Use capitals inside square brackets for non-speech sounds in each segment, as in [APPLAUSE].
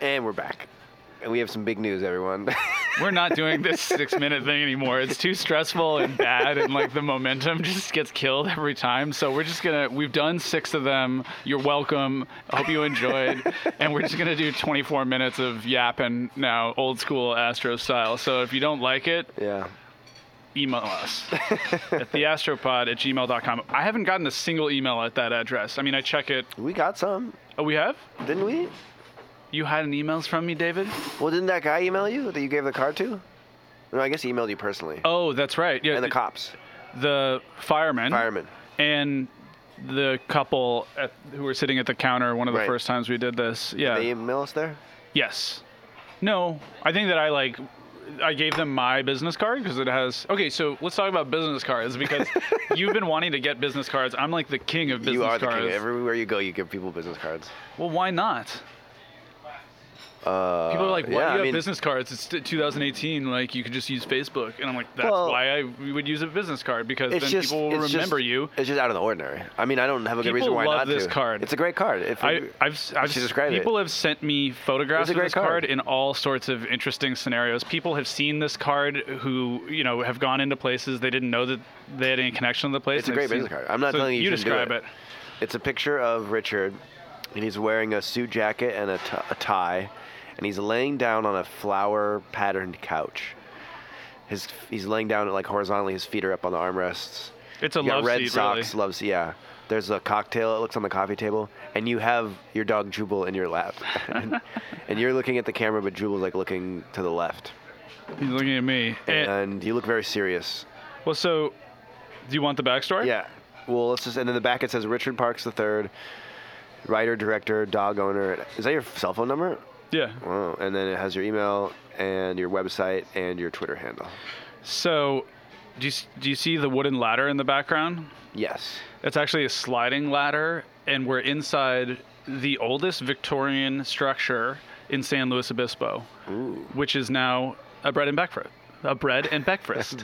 And we're back. And we have some big news, everyone. [LAUGHS] We're not doing this six minute thing anymore. It's too stressful and bad, and like the momentum just gets killed every time. So we're just gonna, we've done six of them. You're welcome. I hope you enjoyed. and we're just gonna do 24 minutes of yapping now, old school Astro style. So if you don't like it, yeah. email [LAUGHS] us at theastropod at gmail.com. I haven't gotten a single email at that address. I mean, I check it. We got some, Oh, we have? didn't we? You had an emails from me, David? Well, didn't that guy email you that you gave the card to? No, I guess he emailed you personally. Oh, that's right. Yeah, and the th- cops, the fireman, firemen. and the couple at, who were sitting at the counter. One of the Right. first times we did this. Yeah. They email us there? yes. No, I think that I like. I gave them my business card because it has. Okay, so let's talk about business [LAUGHS] cards because you've been wanting to get business cards. I'm like the king of business you are the cards. king. Everywhere you go, you give people business cards. well, why not? Uh, People are like, why yeah, do you I have mean, business cards? It's t- 2018. Like, you could just use Facebook. And I'm like, that's Well- why I would use a business card because then It's just, people will it's just- remember you. It's just out of the ordinary. I mean, I don't have a good People reason why love not this to. card. It's a great card. If I, you- I've, I've should describe it. people have sent me It's photographs a of great this card. card. in all sorts of interesting scenarios. People have seen this card who you know have gone into places they didn't know that they had any connection to the place. It's a and they've great business seen- card. I'm not So telling you You shouldn't do describe it. it's a picture of Richard, and he's wearing a suit jacket and a t- a tie, and he's laying down on a flower patterned couch. His he's laying down like horizontally. His feet are up on the armrests. It's a You got love red seat, socks, really. loves yeah. There's a cocktail. It looks on the coffee table, and you have your dog Jubal in your lap, [LAUGHS] and, and you're looking at the camera, but Jubal's like looking to the left, He's looking at me. and, And, you look very serious. well, so do you want the backstory? Yeah. Well, let's just and in the back it says Richard Parks III, writer, director, dog owner. Is that your cell phone number? Yeah. Wow. And then it has your email and your website and your Twitter handle. So, do you s- do you see the wooden ladder in the background? [LAUGHS] Yes. It's actually a sliding ladder, and we're inside the oldest Victorian structure in San Luis Obispo, which is now a bread and breakfast. A bread [LAUGHS] and breakfast,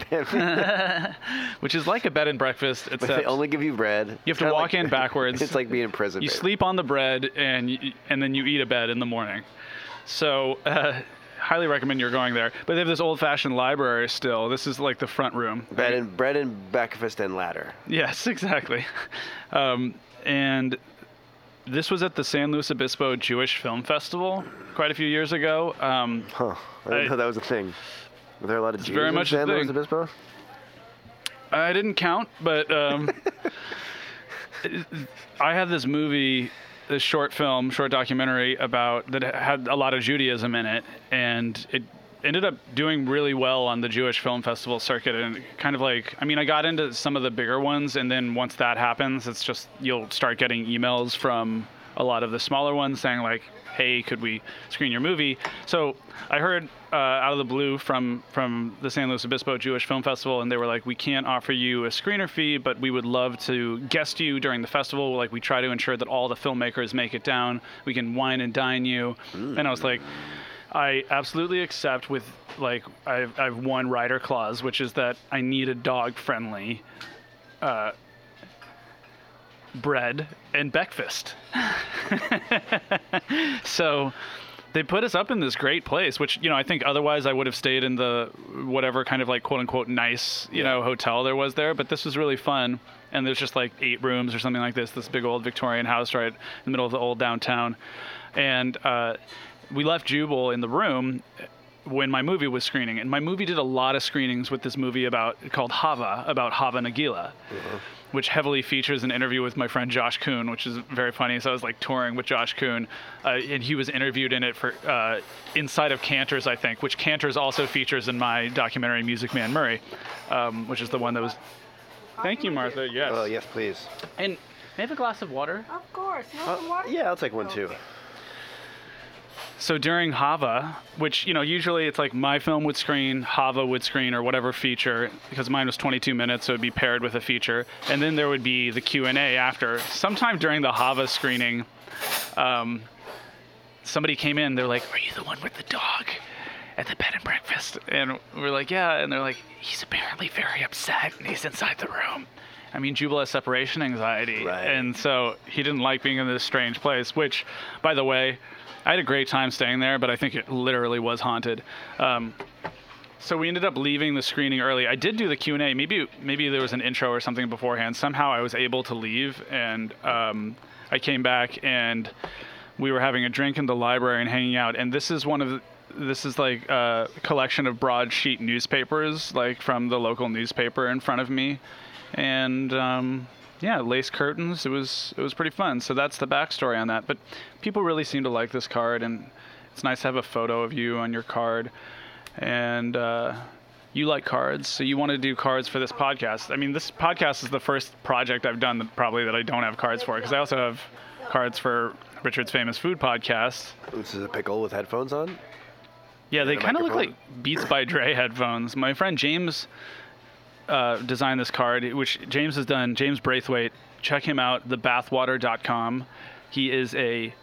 which is like a bed and breakfast, But except they [LAUGHS] only give you bread. you have It's to kinda [LAUGHS] walk like- in backwards. It's like being in prison. you babe. sleep on the bread, and y and then you eat a bed in the morning. So. Uh, Highly recommend you're going there. But they have this old-fashioned library still. This is like the front room. Bread and bread and breakfast and ladder. Yes, [LAUGHS] exactly. Um, and this was at the San Luis Obispo Jewish Film Festival quite a few years ago. Um, Huh. I didn't I- know that was a thing. Were there a lot of Jews very in much a San Luis thing. Obispo? I didn't count, but um, [LAUGHS] I had this movie, this short film, short documentary about that had a lot of Judaism in it, and it ended up doing really well on the Jewish film festival circuit. And kind of like, I mean, I got into some of the bigger ones, and then once that happens, it's just you'll start getting emails from a lot of the smaller ones saying like, "Hey, could we screen your movie?" So I heard uh, out of the blue from from the San Luis Obispo Jewish Film Festival, and they were like, "We can't offer you a screener fee, but we would love to guest you during the festival. Like, we try to ensure that all the filmmakers make it down. We can wine and dine you." And I was like. I absolutely accept with like I've I've one rider clause, which is that I need a dog friendly uh, bread and breakfast. [LAUGHS] so they put us up in this great place, which you know I think otherwise I would have stayed in the whatever kind of like quote unquote nice you know hotel there was there, but this was really fun. And there's just like eight rooms or something like this, this big old Victorian house right in the middle of the old downtown, and uh, we left Jubal in the room when my movie was screening, and my movie did a lot of screenings with this movie about called Hava about Hava Nagila, which heavily features an interview with my friend Josh Kuhn, which is very funny. So I was like touring with Josh Kuhn, uh, and he was interviewed in it for uh, Inside of Cantors, I think, which Cantors also features in my documentary Music Man Murray, um, which is the one that was. Thank you, Martha. Yes. Oh yes, please. And may I have a glass of water? Of course. You want some water? Yeah, I'll take one too. So during Hava, which you know usually it's like my film would screen, Hava would screen, or whatever feature, because mine was 22 minutes, so it'd be paired with a feature, and then there would be the Q and A after. Sometime during the Hava screening, um, somebody came in. They're like, "Are you the one with the dog at the bed and breakfast?" And we're like, "Yeah." And they're like, "He's apparently very upset, and he's inside the room." I mean, Jubal has separation anxiety, Right. and so he didn't like being in this strange place. Which, by the way, I had a great time staying there, but I think it literally was haunted. Um, so we ended up leaving the screening early. I did do the Q and A. Maybe maybe there was an intro or something beforehand. Somehow I was able to leave, and um, I came back and we were having a drink in the library and hanging out. And this is one of the, this is like a collection of broadsheet newspapers, like from the local newspaper in front of me, and um, yeah, lace curtains. It was it was pretty fun. So that's the backstory on that. But people really seem to like this card, and it's nice to have a photo of you on your card and uh, you like cards, so you want to do cards for this podcast. I mean, this podcast is the first project I've done that probably that I don't have cards for because I also have cards for Richard's Famous Food podcast. This is a pickle with headphones on. Yeah, they the kind of look like microphone. Beats by Dre headphones. My friend James uh, designed this card, which James has done. James Braithwaite, check him out. Thebathwater.com. He is a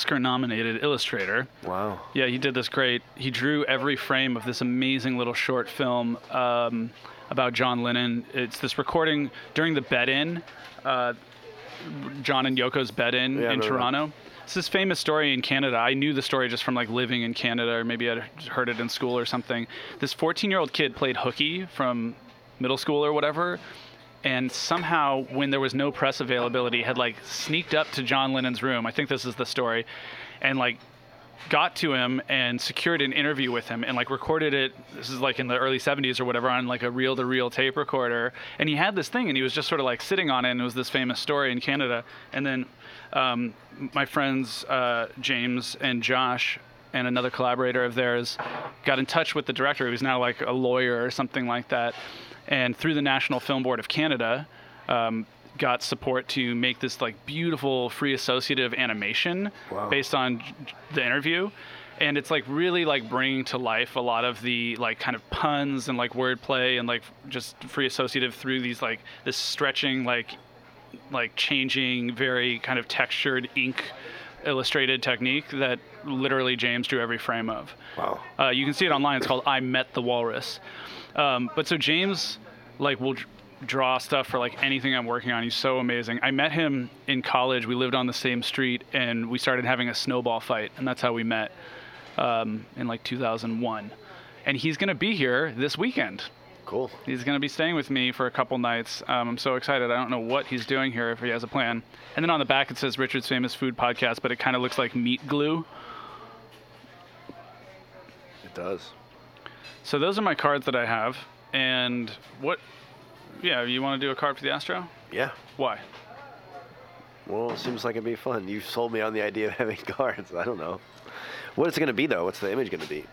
Oscar-nominated illustrator. Wow. Yeah, he did this great. He drew every frame of this amazing little short film um, about John Lennon. It's this recording during the bed-in, uh, John and Yoko's bed-in Yeah, I in know that. Toronto. It's this famous story in Canada. I knew the story just from like living in Canada, or maybe I'd heard it in school or something. This 14-year-old kid played hooky from middle school or whatever, and somehow when there was no press availability, had like sneaked up to John Lennon's room. I think this is the story, and like got to him and secured an interview with him and like recorded it this is like in the early 70s or whatever on like a reel to reel tape recorder and he had this thing and he was just sort of like sitting on it and it was this famous story in canada and then um, my friends uh, james and josh and another collaborator of theirs got in touch with the director who's now like a lawyer or something like that and through the national film board of canada um, got support to make this like beautiful free associative animation Wow. based on j- j- the interview and it's like really like bringing to life a lot of the like kind of puns and like wordplay and like just free associative through these like this stretching like like changing very kind of textured ink illustrated technique that literally James drew every frame of. Wow. Uh, you can see it online. It's called "I Met the Walrus." Um, but so James, like, will dr- draw stuff for like anything I'm working on. He's so amazing. I met him in college. We lived on the same street, and we started having a snowball fight, and that's how we met um, in like 2001. And he's gonna be here this weekend. Cool. He's going to be staying with me for a couple nights. Um, I'm so excited. I don't know what he's doing here if he has a plan. And then on the back it says Richard's Famous Food Podcast, but it kind of looks like meat glue. It does. So those are my cards that I have. And what? Yeah, you want to do a card for the Astro? Yeah. Why? Well, it seems like it'd be fun. You sold me on the idea of having [LAUGHS] cards. I don't know. What is it going to be, though? What's the image going to be?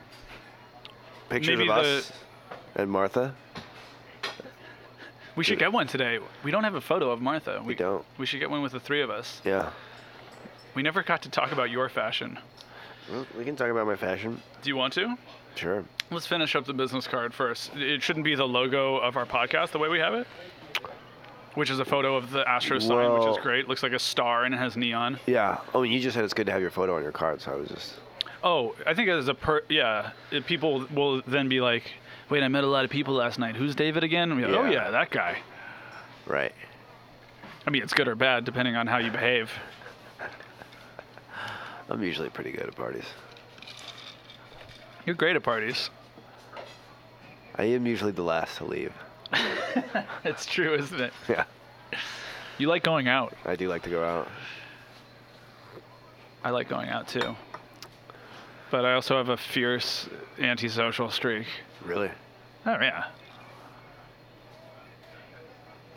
Pictures Maybe of the- us and Martha? We should get one today. We don't have a photo of Martha. We, don't. We should get one with the three of us. Yeah. We never got to talk about your fashion. Well, we can talk about my fashion. Do you want to? Sure. Let's finish up the business card first. It shouldn't be the logo of our podcast the way we have it, which is a photo of the Astro sign, which Well- is great. Looks like a star and it has neon. Yeah. Oh, you just said it's good to have your photo on your card, so I was just. Oh, I think as a per, yeah, it- people will then be like, "Wait, I met a lot of people last night. Who's David again?" And be like, Oh Yeah. yeah, that guy. Right. I mean, it's good or bad depending on how you behave. I'm usually pretty good at parties. You're great at parties. [LAUGHS] I am usually the last to leave. [LAUGHS] It's true, isn't it? Yeah. You like going out. I do like to go out. I like going out too. But I also have a fierce antisocial streak. Really? Oh yeah.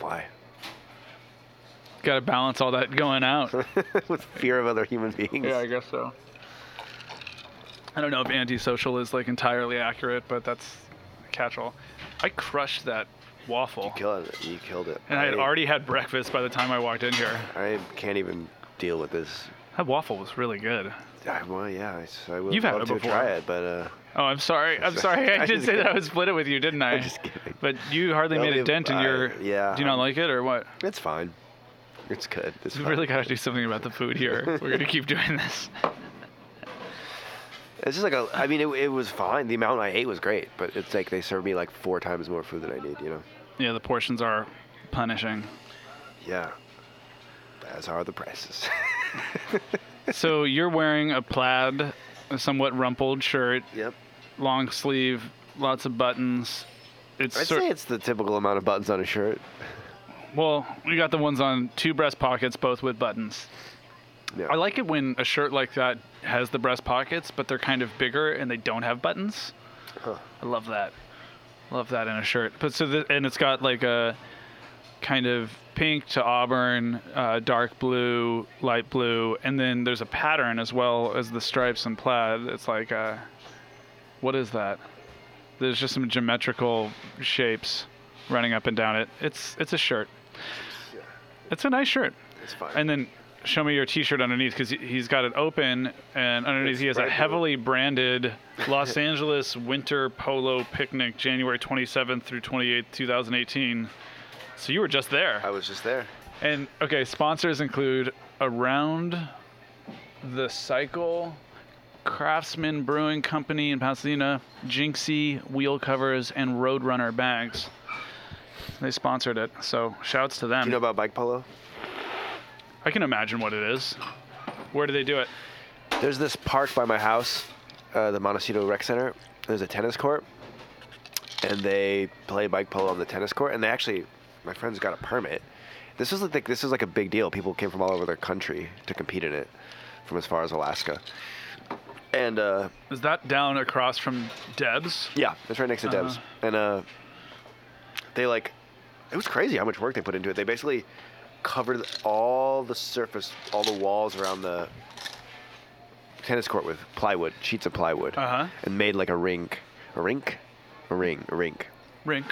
Why? [LAUGHS] Got to balance all that going out. With fear of other human beings. [LAUGHS] Yeah, I guess so. I don't know if antisocial is like entirely accurate, but that's a catch-all. I crushed that waffle, Killed it. You killed it. and I had already had breakfast by the time I walked in here. I can't even deal with this. That waffle was really good. I, well, yeah, I, s- I would You've had love it to before. try it, but uh, Oh, [LAUGHS] I'm sorry. I'm That's sorry. right. I I'm did just say that I kidding. would split it with you, didn't I? just kidding. But you hardly That'll made a be- dent in I- your. yeah, Do you not I'm- like it [LAUGHS] or what? it's fine. It's good. It's We fine. really got to do something about the food here. [LAUGHS] We're gonna keep doing this. It's just like a. I mean, it, it was fine. The amount I ate was great, but it's like they served me like four times more food than I need. You know. Yeah, the portions are punishing. Yeah. As are the [LAUGHS] prices. so you're wearing a plaid, a somewhat rumpled shirt, yep. long sleeve, lots of buttons. It's I'd sor- say it's the typical amount of buttons on a shirt. well, we got the ones on two breast pockets, both with buttons. Yeah. I like it when a shirt like that has the breast pockets, but they're kind of bigger and they don't have buttons. Huh. I love that. Love that in a shirt. But so the, and it's got like a kind of pink to auburn, uh, dark blue, light blue, and then there's a pattern as well as the stripes and plaid. It's like uh what is that? There's just some geometrical shapes running up and down it. It's it's a shirt. It's a nice shirt. It's fine. And then show me your T-shirt underneath because he's got it open, and underneath It's he has a brand new. [LAUGHS] heavily branded Los Angeles Winter Polo Picnic, January 27th through 28th, 2018. So you were just there. I was just there. And okay, sponsors include Around the Cycle, Craftsman Brewing Company in Pasadena, Jinxie Wheel Covers, and Roadrunner Bags. They sponsored it, so shouts to them. Do you know about bike polo? I can imagine what it is. Where do they do it? There's this park by my house, uh, the Montecito Rec Center. There's a tennis court, and they play bike polo on the tennis court. And they actually, my friends got a permit. This is like this is like a big deal. People came from all over their country to compete in it, from as far as Alaska. And uh, Is that down across from Deb's? yeah, it's right next to Deb's. And uh, they like, it was crazy how much work they put into it. They basically covered all the surface, all the walls around the tennis court with plywood, sheets of plywood, Uh-huh. and made like a rink, a rink, a ring, a rink. Rink.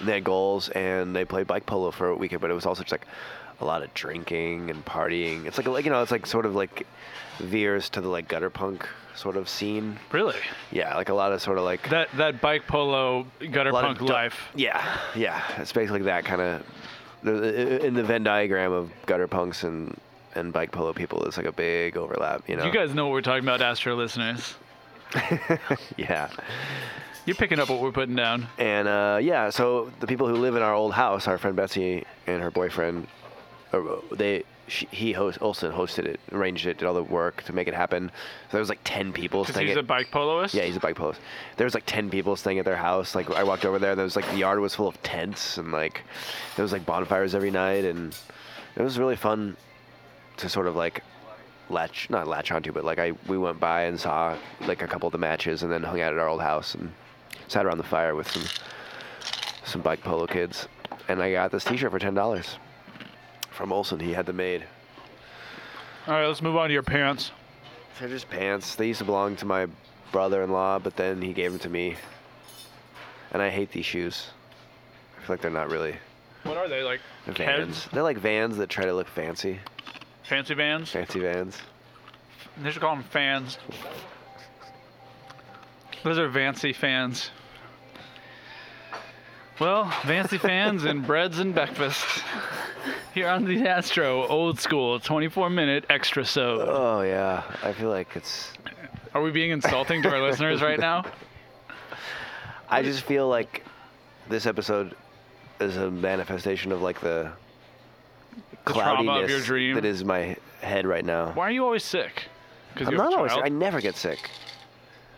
And they had goals, and they played bike polo for a weekend, but it was also just like a lot of drinking and partying. It's like like you know, it's like sort of like veers to the like gutter punk sort of scene. Really? Yeah, like a lot of sort of like That that bike polo gutter lot of punk du- life. Yeah, yeah. It's basically that kind of in the Venn diagram of gutter punks and and bike polo people. It's like a big overlap, you know. You guys know what we're talking about, Astro listeners. yeah, You're picking up what we're putting down. and uh, yeah. So the people who live in our old house, our friend Betsy and her boyfriend, uh, they she, he host Olson hosted it, arranged it, did all the work to make it happen. So there was like ten people Because staying. he's at- a bike poloist. Yeah, he's a bike post. There was like ten people staying at their house. Like I walked over there, and there was like the yard was full of tents, and like there was like bonfires every night, and it was really fun to sort of like latch not latch onto, but like I we went by and saw like a couple of the matches, and then hung out at our old house and sat around the fire with some some bike polo kids, and I got this T-shirt for ten dollars from Olson. He had them made. All right, let's move on to your parents. They're just pants. They used to belong to my brother-in-law, but then he gave them to me. And I hate these shoes. I feel like they're not really What are they like? they're vans. Heads? They're like vans that try to look fancy, Fancy vans? fancy vans. They should call them fans. Those are Vancy fans. Well, Vancy fans and breads and breakfasts. Here on the Astro Old School 24 minute extra so. Oh yeah, I feel like it's. Are we being insulting to our listeners right now? I just feel like this episode is a manifestation of like the trauma of your cloudiness dream. that is my head right now. Why are you always sick? Because I'm you're not a always. child? I never get sick.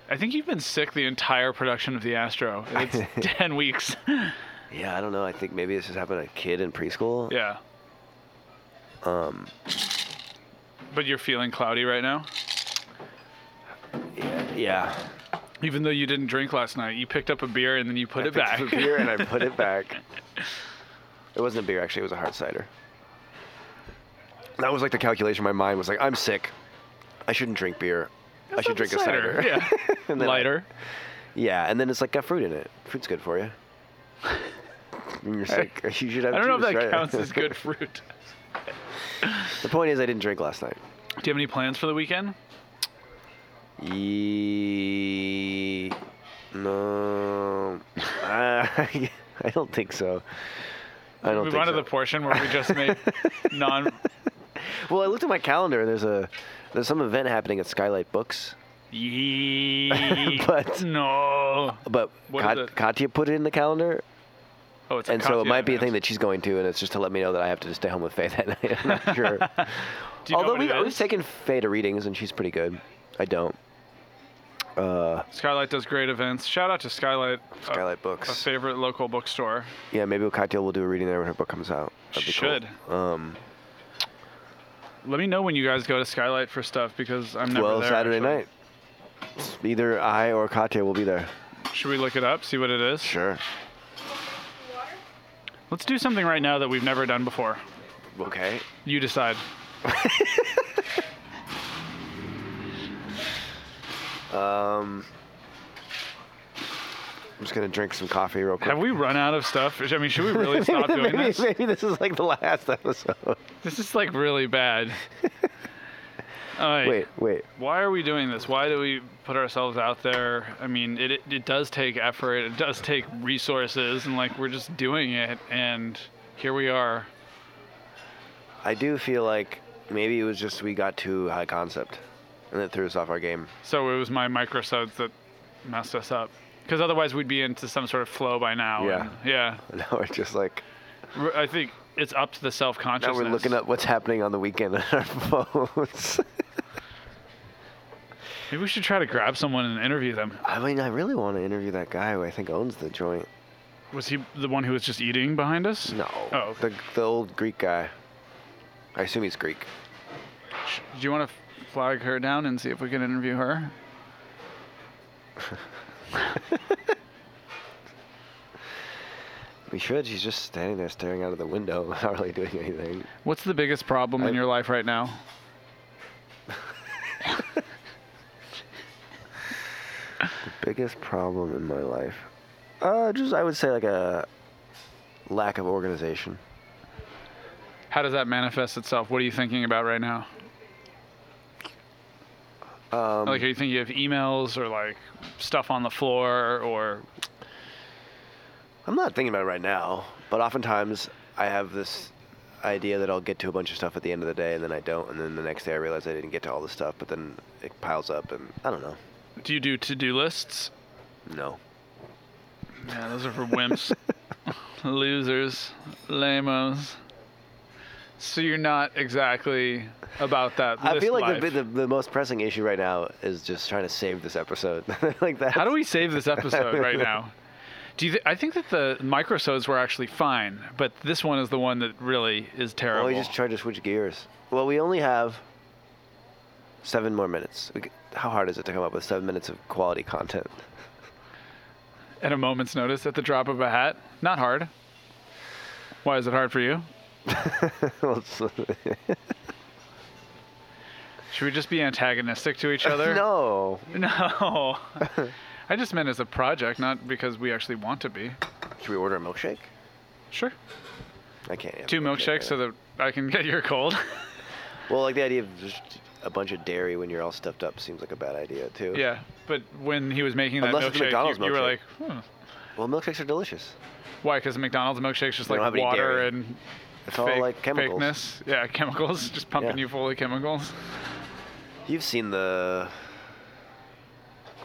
I think you've been sick the entire production of the Astro. [LAUGHS] It's 10 weeks. Yeah, I don't know. I think maybe this has happened to a kid in preschool. Yeah. Um. Um. But you're feeling cloudy right now? Yeah. yeah. Even though you didn't drink last night, you picked up a beer and then you put it I back. picked up a beer [LAUGHS] and I put it back. It wasn't a beer, actually. It was a hard cider. That was like the calculation. My mind was like, I'm sick. I shouldn't drink beer. I should drink a cider. Yeah. [LAUGHS] And then I- Lighter. yeah, and then it's like got fruit in it. Fruit's good for [LAUGHS] you. When you're sick, [LAUGHS] you should have. I don't know if juice, that right? counts [LAUGHS] as good fruit. the point is, I didn't drink last night. Do you have any plans for the weekend? Ye- no, [LAUGHS] I, I don't think so. I don't Move think on so. to the portion where we just [LAUGHS] made non. Well, I looked at my calendar. There's a there's some event happening at Skylight Books, Yee. But- no. but [LAUGHS] What is Kat, it? Katya put it in the calendar, Oh, it's a and so it Katya might be a dance. thing that she's going to, and it's just to let me know that I have to stay home with Faye [LAUGHS] that night. I'm [LAUGHS] not sure. Do you know Although what we've, it we've is? taken Faye to readings, and she's pretty good. I don't. Uh, Skylight does great events. Shout out to Skylight. a- Skylight A Books. favorite local bookstore. Yeah, maybe Katya will do a reading there when her book comes out. That'd be cool. Should. Um, Let me know when you guys go to Skylight for stuff because I'm never well, there. Saturday actually. night. Either I or Katya will be there. Should we look it up? See what it is. Sure. Let's do something right now that we've never done before. Okay. You decide. Um, I'm just gonna drink some coffee real quick. Have we run out of stuff? I mean, should [LAUGHS] we really stop doing maybe, this? maybe this is like the last episode. [LAUGHS] This is like [LAUGHS] really bad. All right. Wait, wait. Why are we doing this? Why do we put ourselves out there? I mean, it, it, it does take effort, it does take resources, and like we're just doing it, and here we are. I do feel like maybe it was just we got too high concept, and it threw us off our game. [LAUGHS] So it was my microsodes that messed us up. Because otherwise we'd be into some sort of flow by now. Yeah. and- yeah. And now we're just like R- I think it's up to the self now consciousness. we're looking up what's happening on the weekend on our [LAUGHS] phones. Maybe we should try to grab someone and interview them. I mean, I really want to interview that guy who I think owns the joint. Was he the one who was just eating behind us? No, Oh. the the old Greek guy. I assume he's Greek. Do you want to flag her down and see if we can interview her? We should. She's just standing there staring out of the window, [LAUGHS] not really doing anything. What's the biggest problem in I- your life right now? Biggest problem in my life? Uh, just I would say like a lack of organization. How does that manifest itself? What are you thinking about right now? Um, Like, are you thinking of emails or like stuff on the floor or I'm not thinking about it right now, but oftentimes I have this idea that I'll get to a bunch of stuff at the end of the day, and then I don't, and then the next day I realize I didn't get to all the stuff, but then it piles up, and I don't know. do you do to do lists? No. Yeah, those are for [LAUGHS] wimps, losers, lamos. So you're not exactly about that. I list feel like life. the, bi- the the most pressing issue right now is just trying to save this episode. [LAUGHS] like that. How do we save this episode right now? Do you? Th- I think that the microsodes were actually fine, but this one is the one that really is Well, terrible. we just tried to switch gears. Well, we only have seven more minutes. We, c- how hard is it to come up with seven minutes of quality content? [LAUGHS] at a moment's notice, at the drop of a hat. Not hard. Why is it hard for you? Well, it's- Should we just be antagonistic to [LAUGHS] each other? no, No. [LAUGHS] I just meant as a project, not because we actually want to be. should we order a milkshake? Sure. I can't. have a Two milkshake milkshakes right so that I can get your cold. [LAUGHS] now. Well, like the idea of just a bunch of dairy when you're all stuffed up seems like a bad idea too. yeah. But when he was making that Unless it's a milkshake, McDonald's you, you were like, milkshake. hmm. Well, milkshakes are delicious. why? Because McDonald's milkshake's just They don't have like any water dairy. and It's all fake, like chemicals. fakeness. Yeah, [LAUGHS] chemicals. Just pumping Yeah. you full of chemicals. You've seen the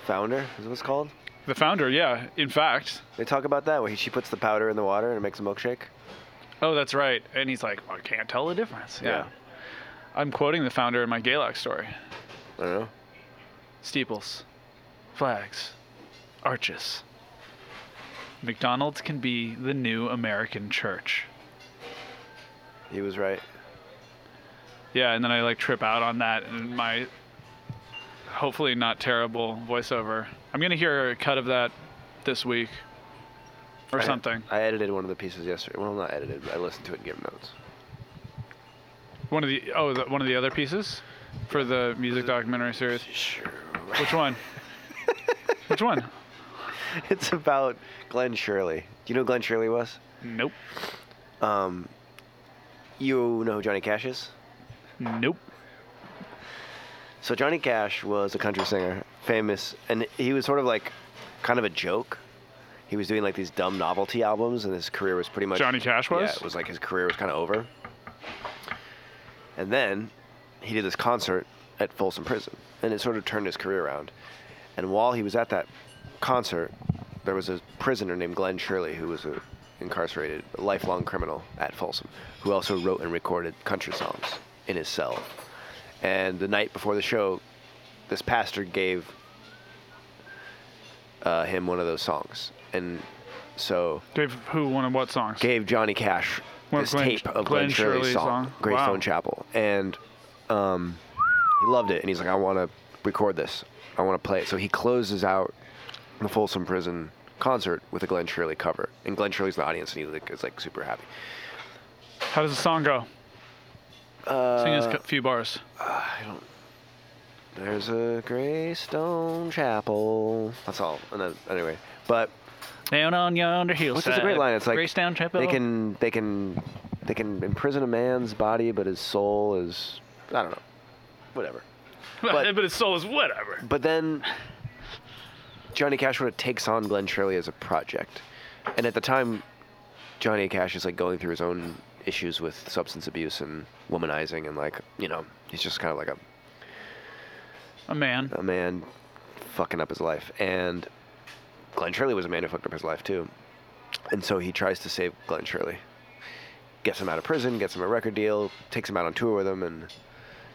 founder? Is what's called? The founder, yeah. In fact, They talk about that where he, she puts the powder in the water and it makes a milkshake. oh, that's right. And he's like, I can't tell the difference. Yeah. I'm quoting the founder in my Galax story. I don't know. steeples, flags, arches. McDonald's can be the new American church. He was right. Yeah, and then I like trip out on that and my hopefully not terrible voiceover. I'm gonna hear a cut of that this week or I- something. I edited one of the pieces yesterday. Well, not edited, but I listened to it and gave notes. One of the oh, the, one of the other pieces for the music documentary series. Sure. [LAUGHS] Which one? Which one? it's about Glenn Shirley. Do you know who Glenn Shirley was? Nope. Um, you know who Johnny Cash is? Nope. So Johnny Cash was a country singer, famous, and he was sort of like, kind of a joke. He was doing like these dumb novelty albums, and his career was pretty much Johnny Cash was? Yeah, it was like his career was kind of over. And then he did this concert at Folsom Prison, and it sort of turned his career around. And while he was at that concert, there was a prisoner named Glenn Shirley who was a incarcerated, a lifelong criminal at Folsom, who also wrote and recorded country songs in his cell. And the night before the show, this pastor gave uh, him one of those songs, and so Dave, who one of what songs? gave Johnny Cash One of this Glenn- tape of Glenn, Glenn Shirley's, Shirley's song, song. Greystone Wow. Chapel, and um, he loved it. And he's like, I want to record this. I want to play it. So he closes out the Folsom Prison concert with a Glenn Shirley cover, and Glenn Shirley's in the audience, and he like, is like super happy. How does the song go? Uh, Sing us a few bars. I don't. There's a Greystone Chapel. That's all. And then, anyway, but Down on yonder hillside. Which is a great line. It's like Gracetown Chapel. They can they can they can imprison a man's body, but his soul is I don't know, whatever. [LAUGHS] but, but its soul is whatever. But then Johnny Cash sort of takes on Glenn Shirley as a project, and at the time, Johnny Cash is like going through his own issues with substance abuse and womanizing, and like you know he's just kind of like a A man. a man fucking up his life. And Glenn Shirley was a man who fucked up his life too. And so he tries to save Glenn Shirley. Gets him out of prison, gets him a record deal, takes him out on tour with him, and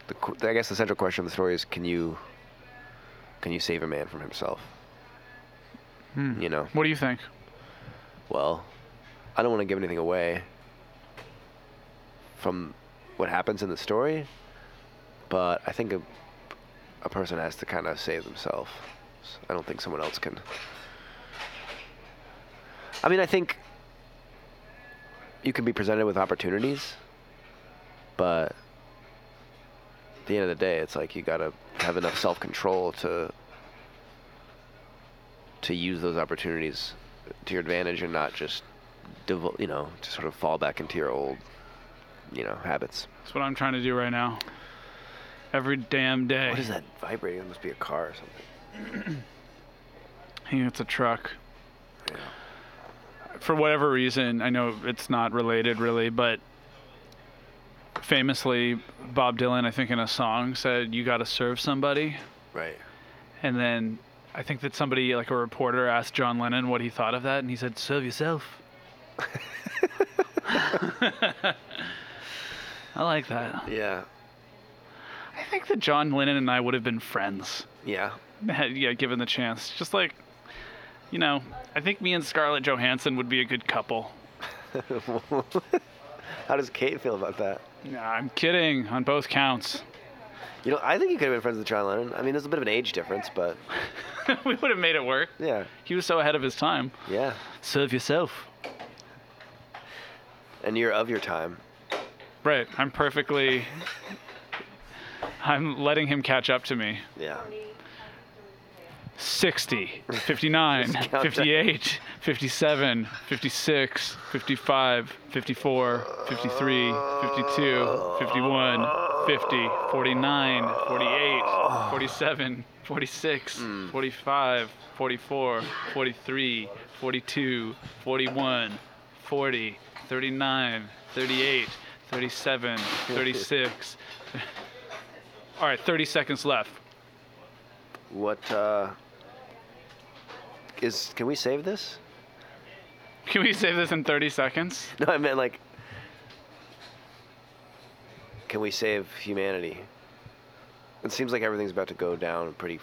the, qu- I guess the central question of the story is: Can you, can you save a man from himself? Hmm. You know. What do you think? Well, I don't want to give anything away from what happens in the story, but I think a, a person has to kind of save themselves. I don't think someone else can. I mean, I think you can be presented with opportunities, but at the end of the day, it's like you gotta have enough self-control to to use those opportunities to your advantage and not just devo- you know to sort of fall back into your old you know habits That's what I'm trying to do right now. Every damn day. what is that vibrating it must be a car or something I think it's a truck. Yeah. For whatever reason, I know it's not related really, but famously, Bob Dylan, I think in a song, said, You gotta serve somebody. right And then I think that somebody, like a reporter, asked John Lennon what he thought of that, and he said, "Serve yourself." [LAUGHS] I like that. yeah I think that John Lennon and I would have been friends yeah had [LAUGHS] yeah, given the chance. Just like, you know, I think me and Scarlett Johansson would be a good couple. how does kate feel about that Nah, I'm kidding on both counts. [LAUGHS] you know i think you could have been friends with john lennon i mean there's a bit of an age difference but we would have made it work. yeah He was so ahead of his time. yeah Serve yourself. and you're of your time Right. I'm perfectly. I'm letting him catch up to me. yeah 60, 59, 58, 57, 56, 55, 54, 53, 52, 51, 50, 49, 48, 47, 46, 45, 44, 43, 42, 41, 40, 39, 38, 37, 36. [LAUGHS] All right, 30 seconds left. what uh is can we save this Can we save this in 30 seconds? [LAUGHS] no i meant like can we save humanity it seems like everything's about to go down pretty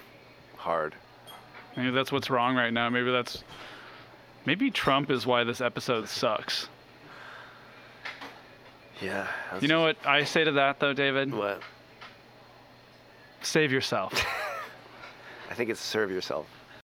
hard Maybe that's what's wrong right now. Maybe that's maybe Trump is why this episode sucks. yeah that's- You know what I say to that though, David? what Save yourself. i think it's serve yourself